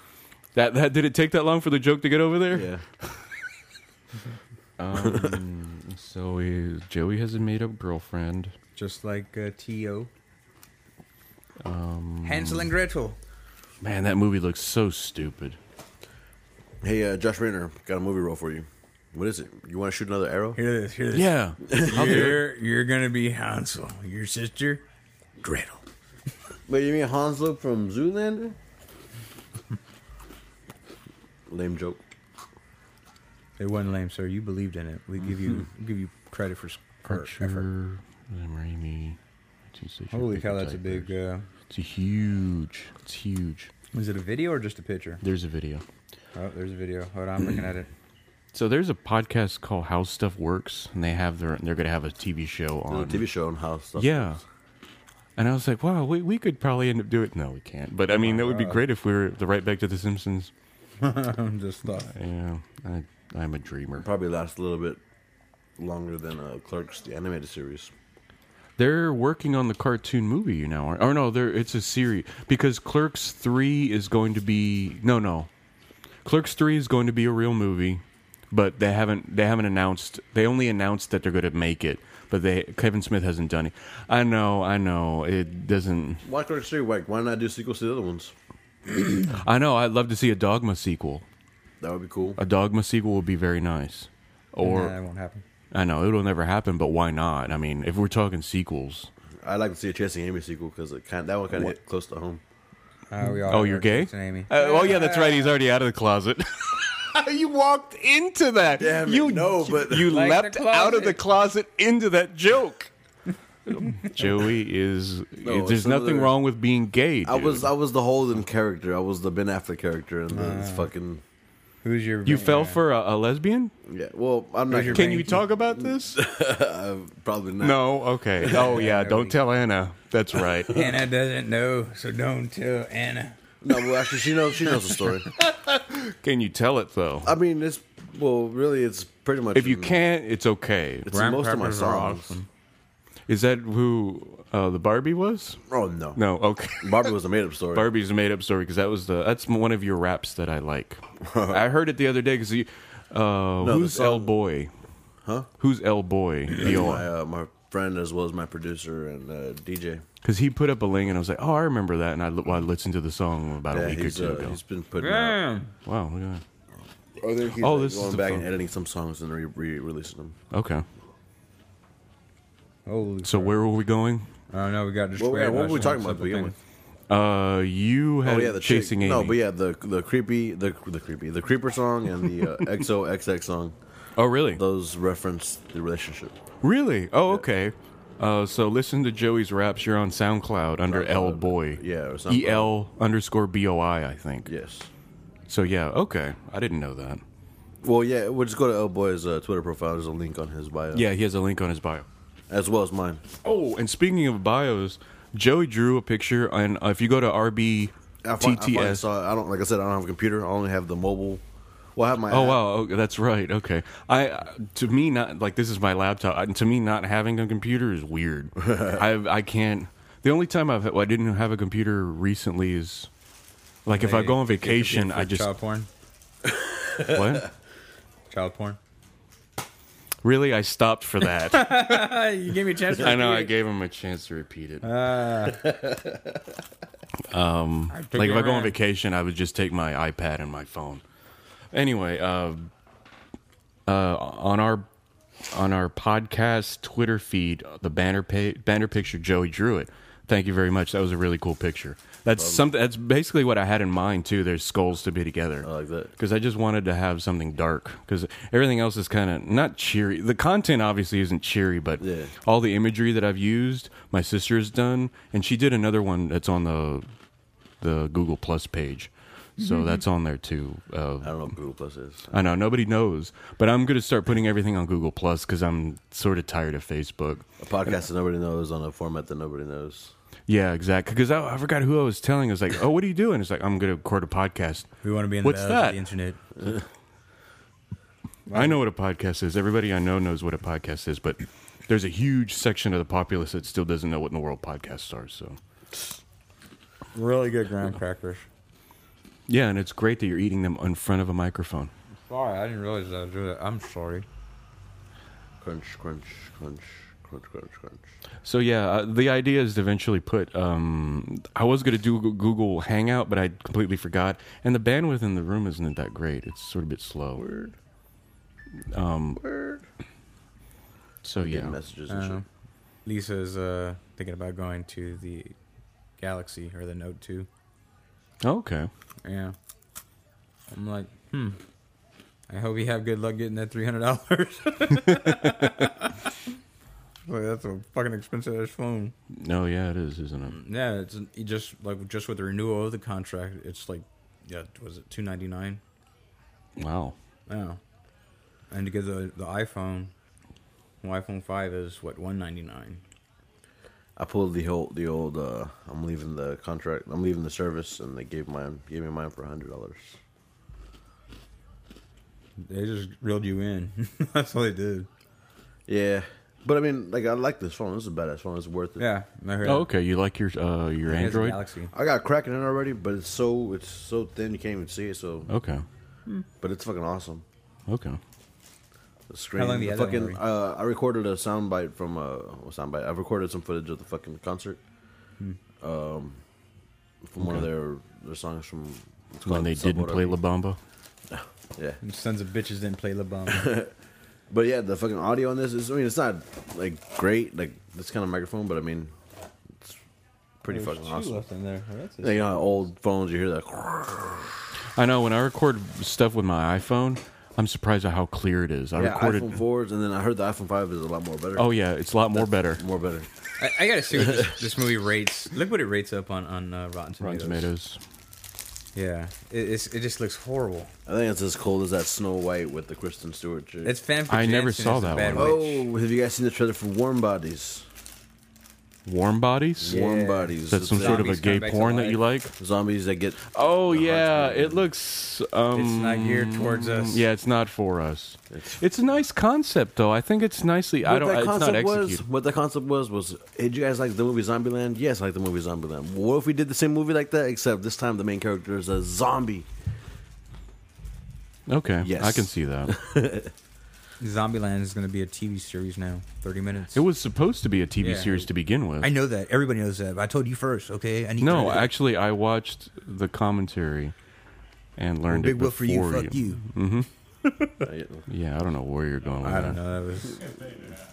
That that did it take that long for the joke to get over there? Yeah. Um, so he, Joey has a made-up girlfriend. Just like uh, T.O. Um, Hansel and Gretel. Man, that movie looks so stupid. Hey, uh, Josh Rayner, got a movie role for you. What is it? You want to shoot another arrow? Hear this. Hear this. Yeah. I'll do it. You're you're gonna be Hansel. Your sister, Gretel. Wait, you mean Hansel from Zoolander? Lame joke. It wasn't lame, sir. You believed in it. We give you Mm-hmm. give you credit for, s- for effort. Archer, Sam Raimi. It's such a Holy big cow, that's a type. big. Uh, It's a huge. It's huge. is it a video or just a picture? There's a video. Oh, there's a video. Hold on, I'm looking at it. So there's a podcast called How Stuff Works, and they have their they're gonna have a TV show There's on a TV Oh, show on how stuff. Yeah. works. And I was like, wow, we, we could probably end up doing it. No, we can't. But I mean, that would be great if we were the right back to The Simpsons. I'm just thought. Yeah, I, I'm a dreamer. Probably lasts a little bit longer than uh, Clerks, the animated series. They're working on the cartoon movie, you know, or, or no, they're, it's a series because Clerks Three is going to be no, no, Clerks Three is going to be a real movie, but they haven't they haven't announced. They only announced that they're going to make it, but they Kevin Smith hasn't done it. I know, I know, it doesn't. Why Clerks 3? Like, why not do sequels to the other ones? I know, I'd love to see a Dogma sequel. That would be cool. A Dogma sequel would be very nice. Or Nah, that won't happen. I know it'll never happen, but why not? I mean, if we're talking sequels, I'd like to see a Chasing Amy sequel because it kind that one kind of hit close to home. Uh, we all oh, have you're our gay? chicks and Amy. Uh, oh yeah, that's right. He's already out of the closet. you walked into that. Damn it, you no, but- you Like the leapt out of the closet. closet into that joke. Joey is. No, it's there's nothing another- wrong with being gay. I was dude. I was the Holden character. I was the Ben Affleck character in the it's fucking Who's your? you yeah. fell for a, a lesbian? yeah. Well, I'm not. Who's Can you Thank you. talk about this? probably not. no. Okay. Oh yeah. Don't nobody- tell Anna. That's right. Anna doesn't know, so don't tell Anna. no. Well, actually, she knows. She knows the story. Can you tell it though? I mean, it's well, really, it's pretty much. If you in- can't, it's okay. it's in Graham most of my Crackers are songs. awesome. Is that who uh, the Barbie was? Oh no, No. Okay. Barbie was a made-up story. Barbie's a made up story because that was the that's one of your raps that I like. I heard it the other day because you. Uh, the who's song- L boy? Huh? Who's L boy? my uh, my friend as well as my producer and uh, DJ. Because he put up a link and I was like, oh, I remember that, and I, li- I listened to the song about Yeah, a week or he's, two uh, ago. he's been putting. Out, Damn. Wow. look at that. oh, he's Oh, like, this is going the back phone. and editing some songs and re- re-releasing them. Okay. Holy So where were we going? I don't know. We got Well, distracted. yeah, what by were some we talking about? simple to begin thing. with? Uh, you had Oh yeah, the chick- chasing Amy. No, but yeah, the the creepy, the the creepy, the creeper song and the uh, XOXX song. Oh really? Those reference the relationship. Really? Oh okay. Uh, so listen to Joey's raps. You're on SoundCloud under L boy. Yeah, or something. E L underscore B O I. I think. Yes. So yeah. Okay. I didn't know that. Well, yeah, we'll just go to L Boy's uh, Twitter profile. There's a link on his bio. Yeah, he has a link on his bio. As well as mine. Oh, and speaking of bios, Joey drew a picture, and uh, if you go to RB I fi- I finally TTS. saw it. I don't like I said. I don't have a computer. I only have the mobile. Well, I have my. Oh app. wow, oh, that's right. Okay, I uh, to me not like this is my laptop. I, to me, not having a computer is weird. I I can't. The only time I've I didn't have a computer recently is like if I Hey, go on it could be vacation, for I just child porn. what Child porn. really I stopped for that. Uh, you gave me a chance. I know I gave him a chance to repeat it. Uh, like if I go on vacation, I would just take my iPad and my phone. Anyway, uh, uh, on our on our podcast Twitter feed, the banner pa- banner picture Joey drew it. Thank you very much. That was a really cool picture. That's something. That's basically what I had in mind too. There's skulls to be together. I like that. Because I just wanted to have something dark. Because everything else is kind of not cheery. The content obviously isn't cheery, but Yeah. all the imagery that I've used, my sister's done, and she did another one that's on the the Google Plus page. So Mm-hmm. that's on there too. I Uh, don't know what Google Plus is. I know nobody knows, but I'm going to start putting everything on Google Plus because I'm sort of tired of Facebook. A podcast that nobody knows on a format that nobody knows. Yeah, exactly. Because I, I forgot who I was telling. I was like, "Oh, what are you doing?" It's like I'm going to record a podcast. We want to be in the What's What's that? of the internet. I know what a podcast is. Everybody I know knows what a podcast is, but there's a huge section of the populace that still doesn't know what in the world podcasts are. So, Really good graham crackers. yeah, and it's great that you're eating them in front of a microphone. Sorry, I didn't realize I was doing that. I'm sorry. Crunch, crunch, crunch, crunch, crunch, crunch. So yeah, uh, the idea is to eventually put. Um, I was going to do Goo- Google Hangout, but I completely forgot. And the bandwidth in the room isn't that great. It's sort of a bit slow. Um, so Getting yeah, messages and shit. Um, Lisa's uh, thinking about going to the Galaxy or the Note 2. okay. Yeah. I'm like, hmm. I hope you have good luck getting that three hundred dollars. Like that's a fucking expensive ass phone. No, yeah, it is, isn't it? Yeah, it's it just like just with the renewal of the contract, it's like, yeah, was it two ninety nine? Wow. Yeah. And to get the the iPhone, well, iPhone five is what one ninety nine. I pulled the whole the old. Uh, I'm leaving the contract. I'm leaving the service, and they gave mine gave me mine for hundred dollars. They just reeled you in. that's all they did. Yeah, but I mean, like I like this phone. This is a badass phone. It's worth it. Yeah, I heard. Oh, okay, you like your uh your It has a Android? Galaxy. I got cracking in it already, but it's so it's so thin you can't even see it. So, Okay, but it's fucking awesome. okay. The screen. long the the other one fucking. were? Uh, I recorded a soundbite from uh, well, soundbite. I've recorded some footage of the fucking concert. Hmm. Um, from one of Okay. their their songs from. it's When called they Sub didn't play La Bamba. whatever. Yeah, Sons of bitches didn't play La Bamba. but yeah, the fucking audio on this is. I mean, it's not like great, like this kind of microphone, but I mean, it's pretty fucking awesome. left in there. Oh, that's You know, how old phones, you hear that. I know when I record stuff with my iPhone, I'm surprised at how clear it is. I Yeah, recorded. iPhone fours, and then I heard the iPhone five is a lot more better. Oh yeah, it's a lot more better. more better. I, I gotta see what this, this movie rates. Look what it rates up on on uh, Rotten Tomatoes. Rotten Tomatoes. Yeah, it, it's, it just looks horrible. I think it's as cold as that Snow White with the Kristen Stewart. Chick. It's fan. I never saw that one. Oh, oh, have you guys seen the trailer for Warm Bodies? Warm Bodies. Warm Yeah. Bodies. Is that some It's sort of a Zombies gay come back to porn that life. you like? zombies that get. Oh The yeah, Huntsman. it looks. Um, It's not geared towards us. Yeah, it's not for us. It's- It's, a nice concept, though. I think it's nicely. I don't. It's not was, executed. what the concept was was, hey, did you guys like the movie Zombieland? Yes, I like the movie Zombieland. What if we did the same movie like that, except this time the main character is a zombie? Okay, Yes. I can see that. Oh. Zombieland is going to be a TV series now. Thirty minutes. it was supposed to be a TV Yeah. series to begin with. I know that. Everybody knows that. but I told you first. Okay. I need No, credit. actually, I watched the commentary and learned Big it Will before for you. Fuck you. Yeah, I don't know where you're going with I don't that. know. That was.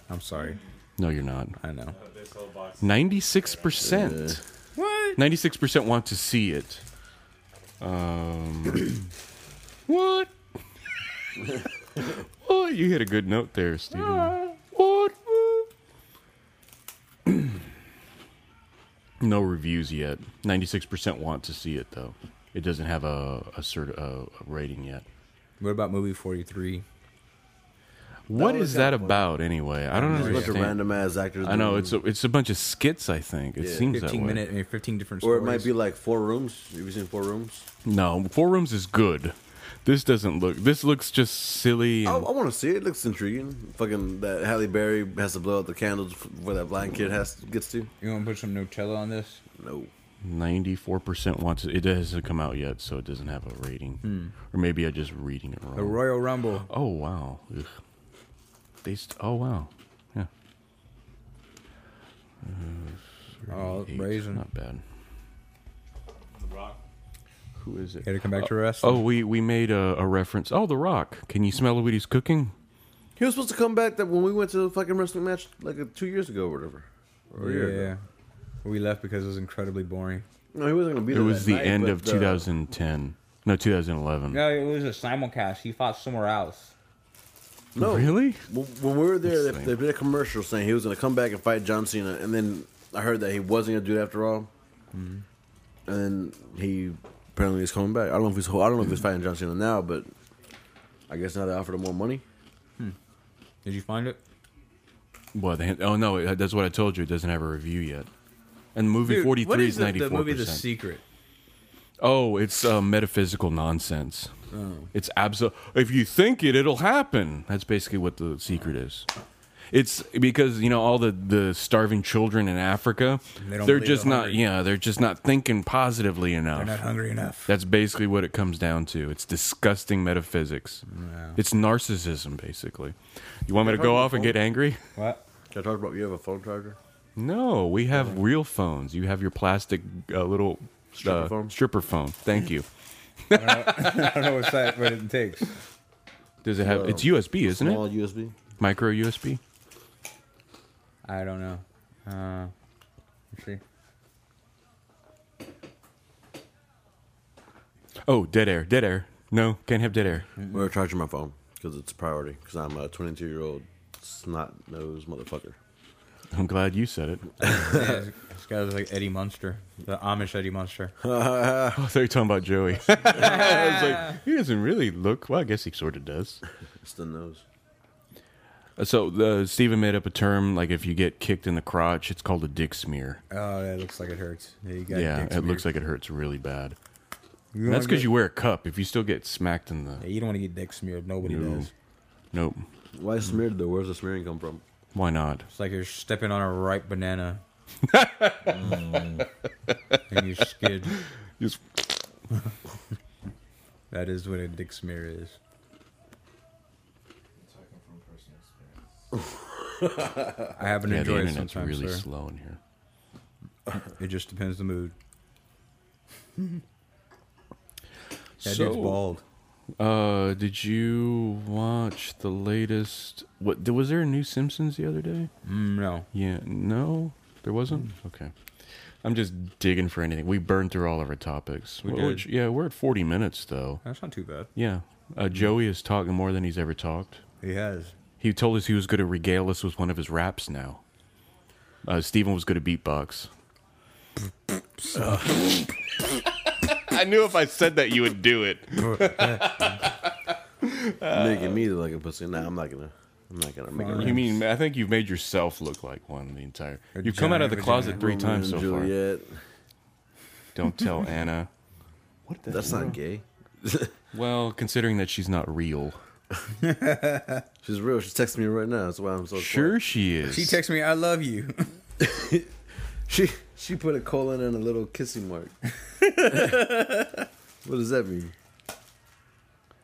I'm sorry. No, you're not. I know. This whole box. Ninety-six percent. What? Ninety-six percent want to see it. Um, what? oh, you hit a good note there, Steven. what? no reviews yet. Ninety-six percent want to see it, though. It doesn't have a a, cert, a, a rating yet. What about movie 43? What was is that kinda funny. about anyway? I don't There's a bunch of understand. random ass actors. I know doing- it's a, it's a bunch of skits. I think it Yeah. seems that 15 way. minute, I mean, 15 different or stories. it might be like Four Rooms. Have you seen Four Rooms? No, four rooms is good. This doesn't look. This looks just silly. I, And, I want to see it. It looks intriguing. Fucking that Halle Berry has to blow out the candles where that blind kid has gets to. You want to put some Nutella on this? No. 94% wants it. It hasn't come out yet, so it doesn't have a rating. Or maybe I'm just reading it The wrong. Royal Rumble. oh, wow. Ugh. They st- oh, wow. Yeah. Oh, Eight. raisin. Not bad. The Rock. Who is Here it? to come back to rest. Oh, we, we made a, a reference. Oh, The Rock. Can you smell what he's cooking? He was supposed to come back that when we went to the fucking wrestling match like uh, two years ago or whatever. Or a year ago. yeah. We left because it was incredibly boring. No, he wasn't gonna be It there. was that the night, end but, of uh, 2010. No, 2011. No, it was a simulcast. He fought somewhere else. no, Really? When when we were there, That's they, lame. they did a commercial saying he was gonna come back and fight John Cena, and then I heard that he wasn't gonna do it after all. Mm-hmm. And then he apparently is coming back. I don't know if he's I don't know if he's fighting John Cena now, but I guess now they offered him more money. Did you find it? Well, they, oh, no. That's what I told you. It doesn't have a review yet. And movie 43 is 94%. Secret? Oh, it's uh, metaphysical nonsense. Oh. It's absolute. If you think it, it'll happen. That's basically what the secret is. It's because you know all the, the starving children in Africa. They don't They are believe just they're not. hungry. Yeah, they're just not thinking positively They're enough. not hungry enough. That's basically what it comes down to. It's disgusting metaphysics. It's narcissism, basically. You want me to go off and get angry? what? Can I talk about you have a phone charger? No, we have real phones. You have your plastic uh, little Stripper uh, phone? stripper phone. Thank you. I don't know what side, what it takes. Does it have? Uh, It's USB, isn't Small it? USB. Micro USB. I don't know. Uh, let's see. Oh, dead air. Dead air. No, can't have dead air. Mm-hmm. We're charging my phone because it's a priority because I'm a 22 year old snot nosed motherfucker. I'm glad you said it. Yeah, this- this guy's like Eddie Munster, the Amish Eddie Munster. I thought you were talking about Joey. I was like, he doesn't really look. Well, I guess he sort of does. It's the nose. Uh, So the Stephen made up a term like if you get kicked in the crotch, it's called a dick smear. Oh, that looks like it hurts. Yeah, you got yeah, it looks like it hurts really bad. That's because you wear a cup. If you still get smacked in the Yeah, you don't want to get dick smeared. Nobody No. does. nope, Why Mm-hmm. smeared though? Where's the smearing come from? why not? It's like you're stepping on a ripe banana. Mm. and you skid. Just That is what a dick smear is. Talking from personal experience. I haven't yeah, the enjoyed it internet's sometimes, really sir. slow in here. It just depends the mood. That So- dude's bald. Uh, did you watch the latest? What was there a new Simpsons the other day? Mm, no. Yeah, no, there wasn't. Mm. Okay, I'm just digging for anything. We burned through all of our topics. We Well, did. yeah, we're at 40 minutes though. That's not too bad. Yeah, uh, Mm-hmm. Joey is talking more than he's ever talked. He has. He told us he was going to regale us with one of his raps now. Uh, Steven was going to beatbox. I knew if I said that, you would do it. Uh, Making me look like a pussy. Nah, I'm not gonna. I'm not gonna make Fine. it. You mean, I think you've made yourself look like one the entire. You've come out of the Vagina, closet three Romeo times so and far. Juliet. Don't tell Anna. What the That's not gay. Well, considering that she's not real. She's real. She's texting me right now. That's why I'm so Sure, quiet. she is. She texts me, I love you. She she put a colon and a little kissing mark. what does that mean?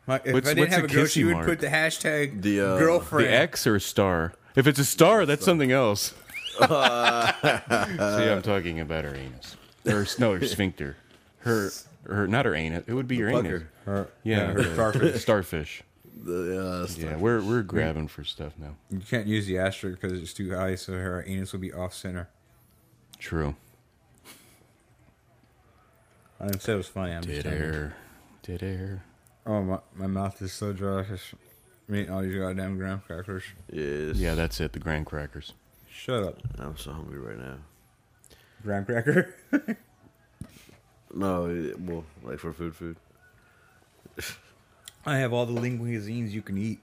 My, if What's- I didn't what's have a a girl, she kissy would mark? put the hashtag The, uh, the girlfriend. X or a star? If it's a star, that's something else. See, I'm talking about her anus. Her no, her sphincter. Her her not her anus. It would be your anus. pucker. Her- Yeah, her her starfish. starfish. The, uh, Yeah, we're we're grabbing for stuff now. You can't use the asterisk because it's too high, so her anus will be off center. True. I didn't say it was funny. I'm just Did telling you. air. Did air. Oh, my, my mouth is so dry. Just me eating all these goddamn graham crackers. yes. Yeah, that's it. The graham crackers. Shut up, I'm so hungry right now. graham cracker. No, it, well, like for food, food. I have all the linguine cuisines you can eat.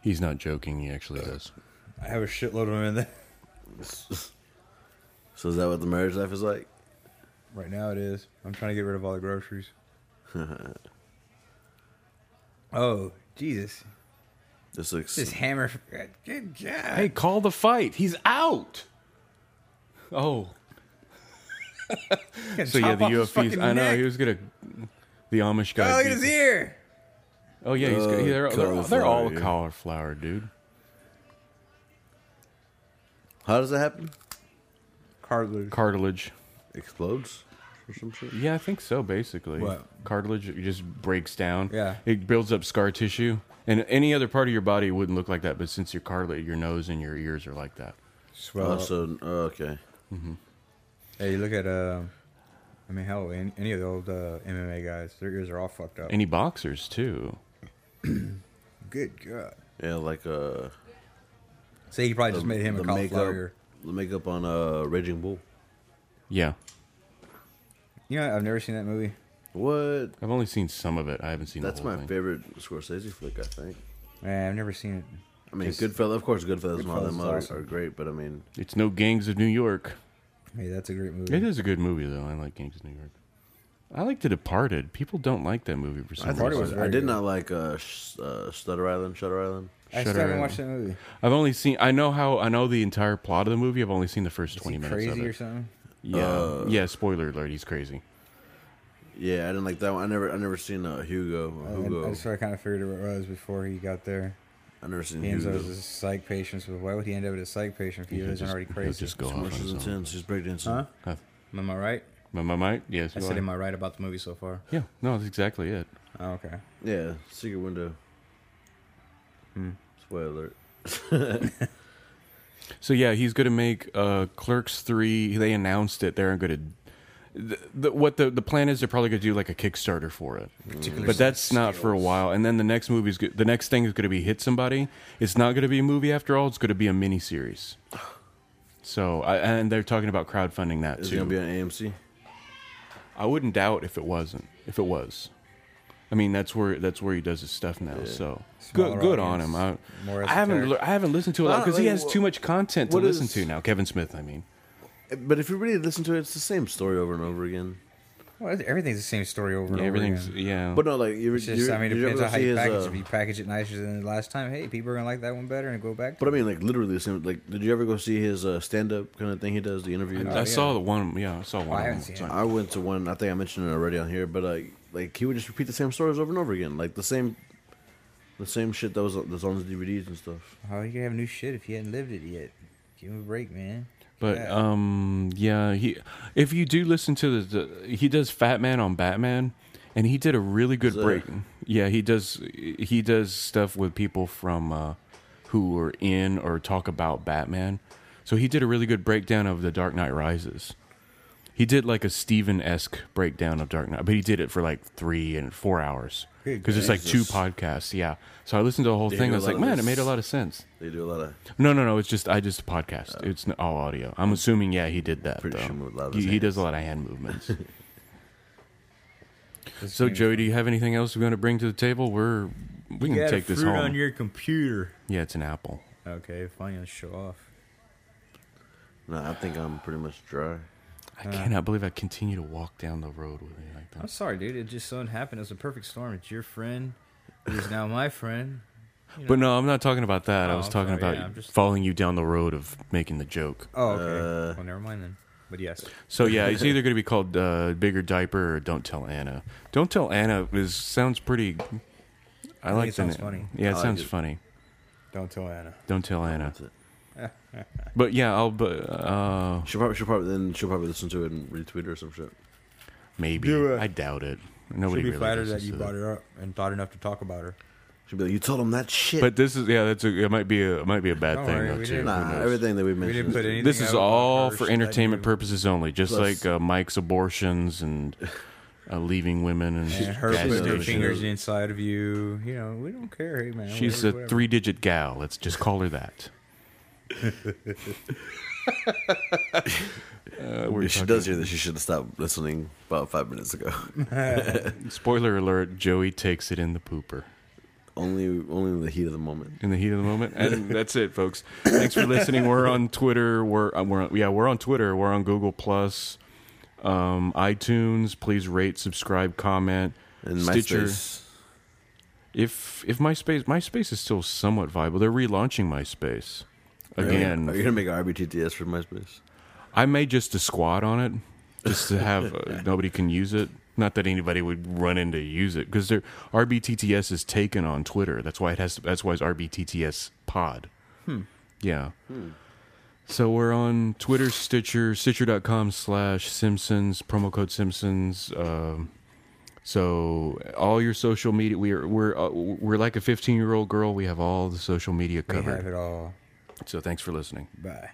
He's not joking. He actually does. I have a shitload of them in there. So is that what the marriage life is like? Right now it is. I'm trying to get rid of all the groceries. oh, Jesus. This looks. This hammer. uh, Good God. Hey, call the fight. He's out. Oh, so yeah, the UFCs. I know he was gonna. The Amish guy. Oh, look beat at his the- ear. Oh yeah, he's good. Uh, Yeah, they're, they're, they're all cauliflower, yeah. cauliflower, dude. How does that happen? Cartilage. Cartilage. Explodes or some Uh, shit. Yeah, I think so. Basically, What? cartilage it just breaks down. Yeah. it builds up scar tissue, and any other part of your body wouldn't look like that. But since your cartilage, your nose and your ears are like that. Swell Oh, up. so oh, okay. Hey, you look at, uh, I mean, hell, any, any of the old uh, MMA guys, their ears are all fucked up. Any boxers too. Good God. Yeah, like uh, See, he probably just made him a cauliflower makeup. ear. The makeup on uh, Raging Bull. Yeah, You know, I've never seen that movie. What? I've only seen some of it. I haven't seen. That's the whole my thing. favorite Scorsese flick. I think. Eh, I've never seen it. I mean, Goodfellas, of course, Goodfellas and all Goodfellas them is are, awesome. are great, but I mean, It's no Gangs of New York. Hey, that's a great movie. It is a good movie though. I like Gangs of New York. I like The Departed. People don't like that movie for some I reason. thought it was I very did good. not like uh, Sh- uh, Shutter Island. Shutter Island. I still Shutter haven't Island. watched that movie. I've only seen. I know how. I know the entire plot of the movie. I've only seen the first Is he twenty minutes of crazy it. or something? Yeah. Uh, yeah. Spoiler alert. He's crazy. Yeah, I didn't like that one. I never, I never seen uh, Hugo. Or I- Hugo. I, that's what I kind of figured it was before he got there. I never seen He ends up Hugo. as a psych patient, so why would he end up as a psych patient if he He'll wasn't just- already he'll crazy? just go off on Much his own. intense. He's breakdancing. Huh? Uh, Am I right? My, my, my, yes. I you said, are. am I right about the movie so far? yeah. No, that's exactly it. Oh, okay. Yeah, secret window. Hmm. Spoiler So yeah, he's going to make uh, Clerks three. They announced it. They're going to the, the, what the the plan is. They're probably going to do like a Kickstarter for it, but that's not for a while. And then the next movie's go- the next thing is going to be hit somebody. It's not going to be a movie after all. It's going to be a mini series. So I, and they're talking about crowdfunding that is too. going to be on AMC. I wouldn't doubt if it wasn't. If it was, I mean that's where that's where he does his stuff now. So Smaller good, good on him. I, audience, more I haven't esoteric. li- I haven't listened to a lot Well, because he like, has wh- too much content to what listen is- to now. Kevin Smith, I mean. But if you really listen to it, it's the same story over and over again. Well, everything's the same story Oh, over and over Yeah, everything's again. yeah. But no, like you're, It's just, you're, I mean, it you're depends gonna on how see you his, package uh, it. If you package it nicer than the last time, hey, people are gonna like that one better and go back. To But it. I mean, like literally the same. Like, did you ever go see his uh, stand-up kind of thing he does? The interview. I saw the one. Yeah, I saw one. I of haven't them. seen Sorry. uh, I went to one. I think I mentioned it already on here, but like, like he would just repeat the same stories over and over again, like the same, the same shit that was that's on his DVDs and stuff. How Oh, you could have new shit if you hadn't lived it yet? Give him a break, man. But Yeah. um, yeah, he. If you do listen to the, the he does Fat Man on Batman, and he did a really good Is that- break. Yeah, he does. He does stuff with people from uh, who are in or talk about Batman. So he did a really good breakdown of The Dark Knight Rises. He did like a Steven esque breakdown of Dark Knight, but he did it for like three and four hours Good because it's like two Jesus. podcasts. Yeah, so I listened to the whole Did he thing. do I a was lot like, of man, it this? made a lot of sense. They do a lot of. No, no, no. It's just I just podcast. it's n- all audio. I'm assuming yeah, he did that. Oh. Pretty though. sure moved a lot of he, his he does a hands. lot of hand movements. This so thing- Joey, do you have anything else we're going to bring to the table? We're we You can got take this fruit home. on your computer. yeah, it's an apple. Okay, fine. I'll show off. Nah, I think I'm pretty much dry. I cannot believe I continue to walk down the road with it like Uh. I'm that. sorry, dude. It just so happened. It was a perfect storm. It's your friend, who's now my friend. But no, I'm not talking about that. I Oh, was I'm talking sorry. about Yeah, I'm just- following you down the road of making the joke. Oh, okay. Uh, well, never mind then. But yes, So yeah, it's either going to be called uh, "Bigger Diaper" or "Don't Tell Anna." "Don't Tell Anna" is sounds pretty. I, like it the sounds na- funny. Yeah, I it like sounds it. funny. don't tell Anna. Don't tell Anna. That's it. But yeah, I'll. bu- Uh, She'll probably, she'll probably then she'll probably listen to it and retweet it or some shit. maybe. Do it. I doubt it. Nobody She'll be really flattered that listens you to brought her up and thought enough to talk about her. She'll be like, "You told him that shit." But this is yeah. That's a, it. Might be a it might be a bad Don't thing worry, though we too. didn't- Who nah, knows? everything that we mentioned. didn't put is- any- This Anything is out of all order, for shit I entertainment do. purposes only, just Plus- like uh, Mike's abortions and uh, leaving women and, And her gas putting her stations. fingers inside of you. You know, we don't care, hey, man. She's whatever, a whatever. three-digit gal. Let's just call her that. Uh, we're If she talking- does hear this, she should have stopped listening about five minutes ago. Spoiler alert: Joey takes it in the pooper. only, only in the heat of the moment. in the heat of the moment. And that's it, folks. Thanks for listening. We're on Twitter. We're uh, we're on, yeah, we're on Twitter. We're on Google Plus, um, iTunes. Please rate, subscribe, comment. And Stitcher. MySpace. If if MySpace MySpace is still somewhat viable, they're relaunching MySpace again. Are you gonna make an RBTTS for MySpace? I made just a squad on it, just to have uh, nobody can use it. Not that anybody would run in to use it because their RBTTS is taken on Twitter. That's why it has. That's why it's RBTTS Pod. Hmm. Yeah. So we're on Twitter, Stitcher, Stitcher.com slash Simpsons, promo code Simpsons. Um, so all your social media, we are we're uh, we're like a fifteen year old girl. We have all the social media We have covered. it all. So thanks for listening. Bye.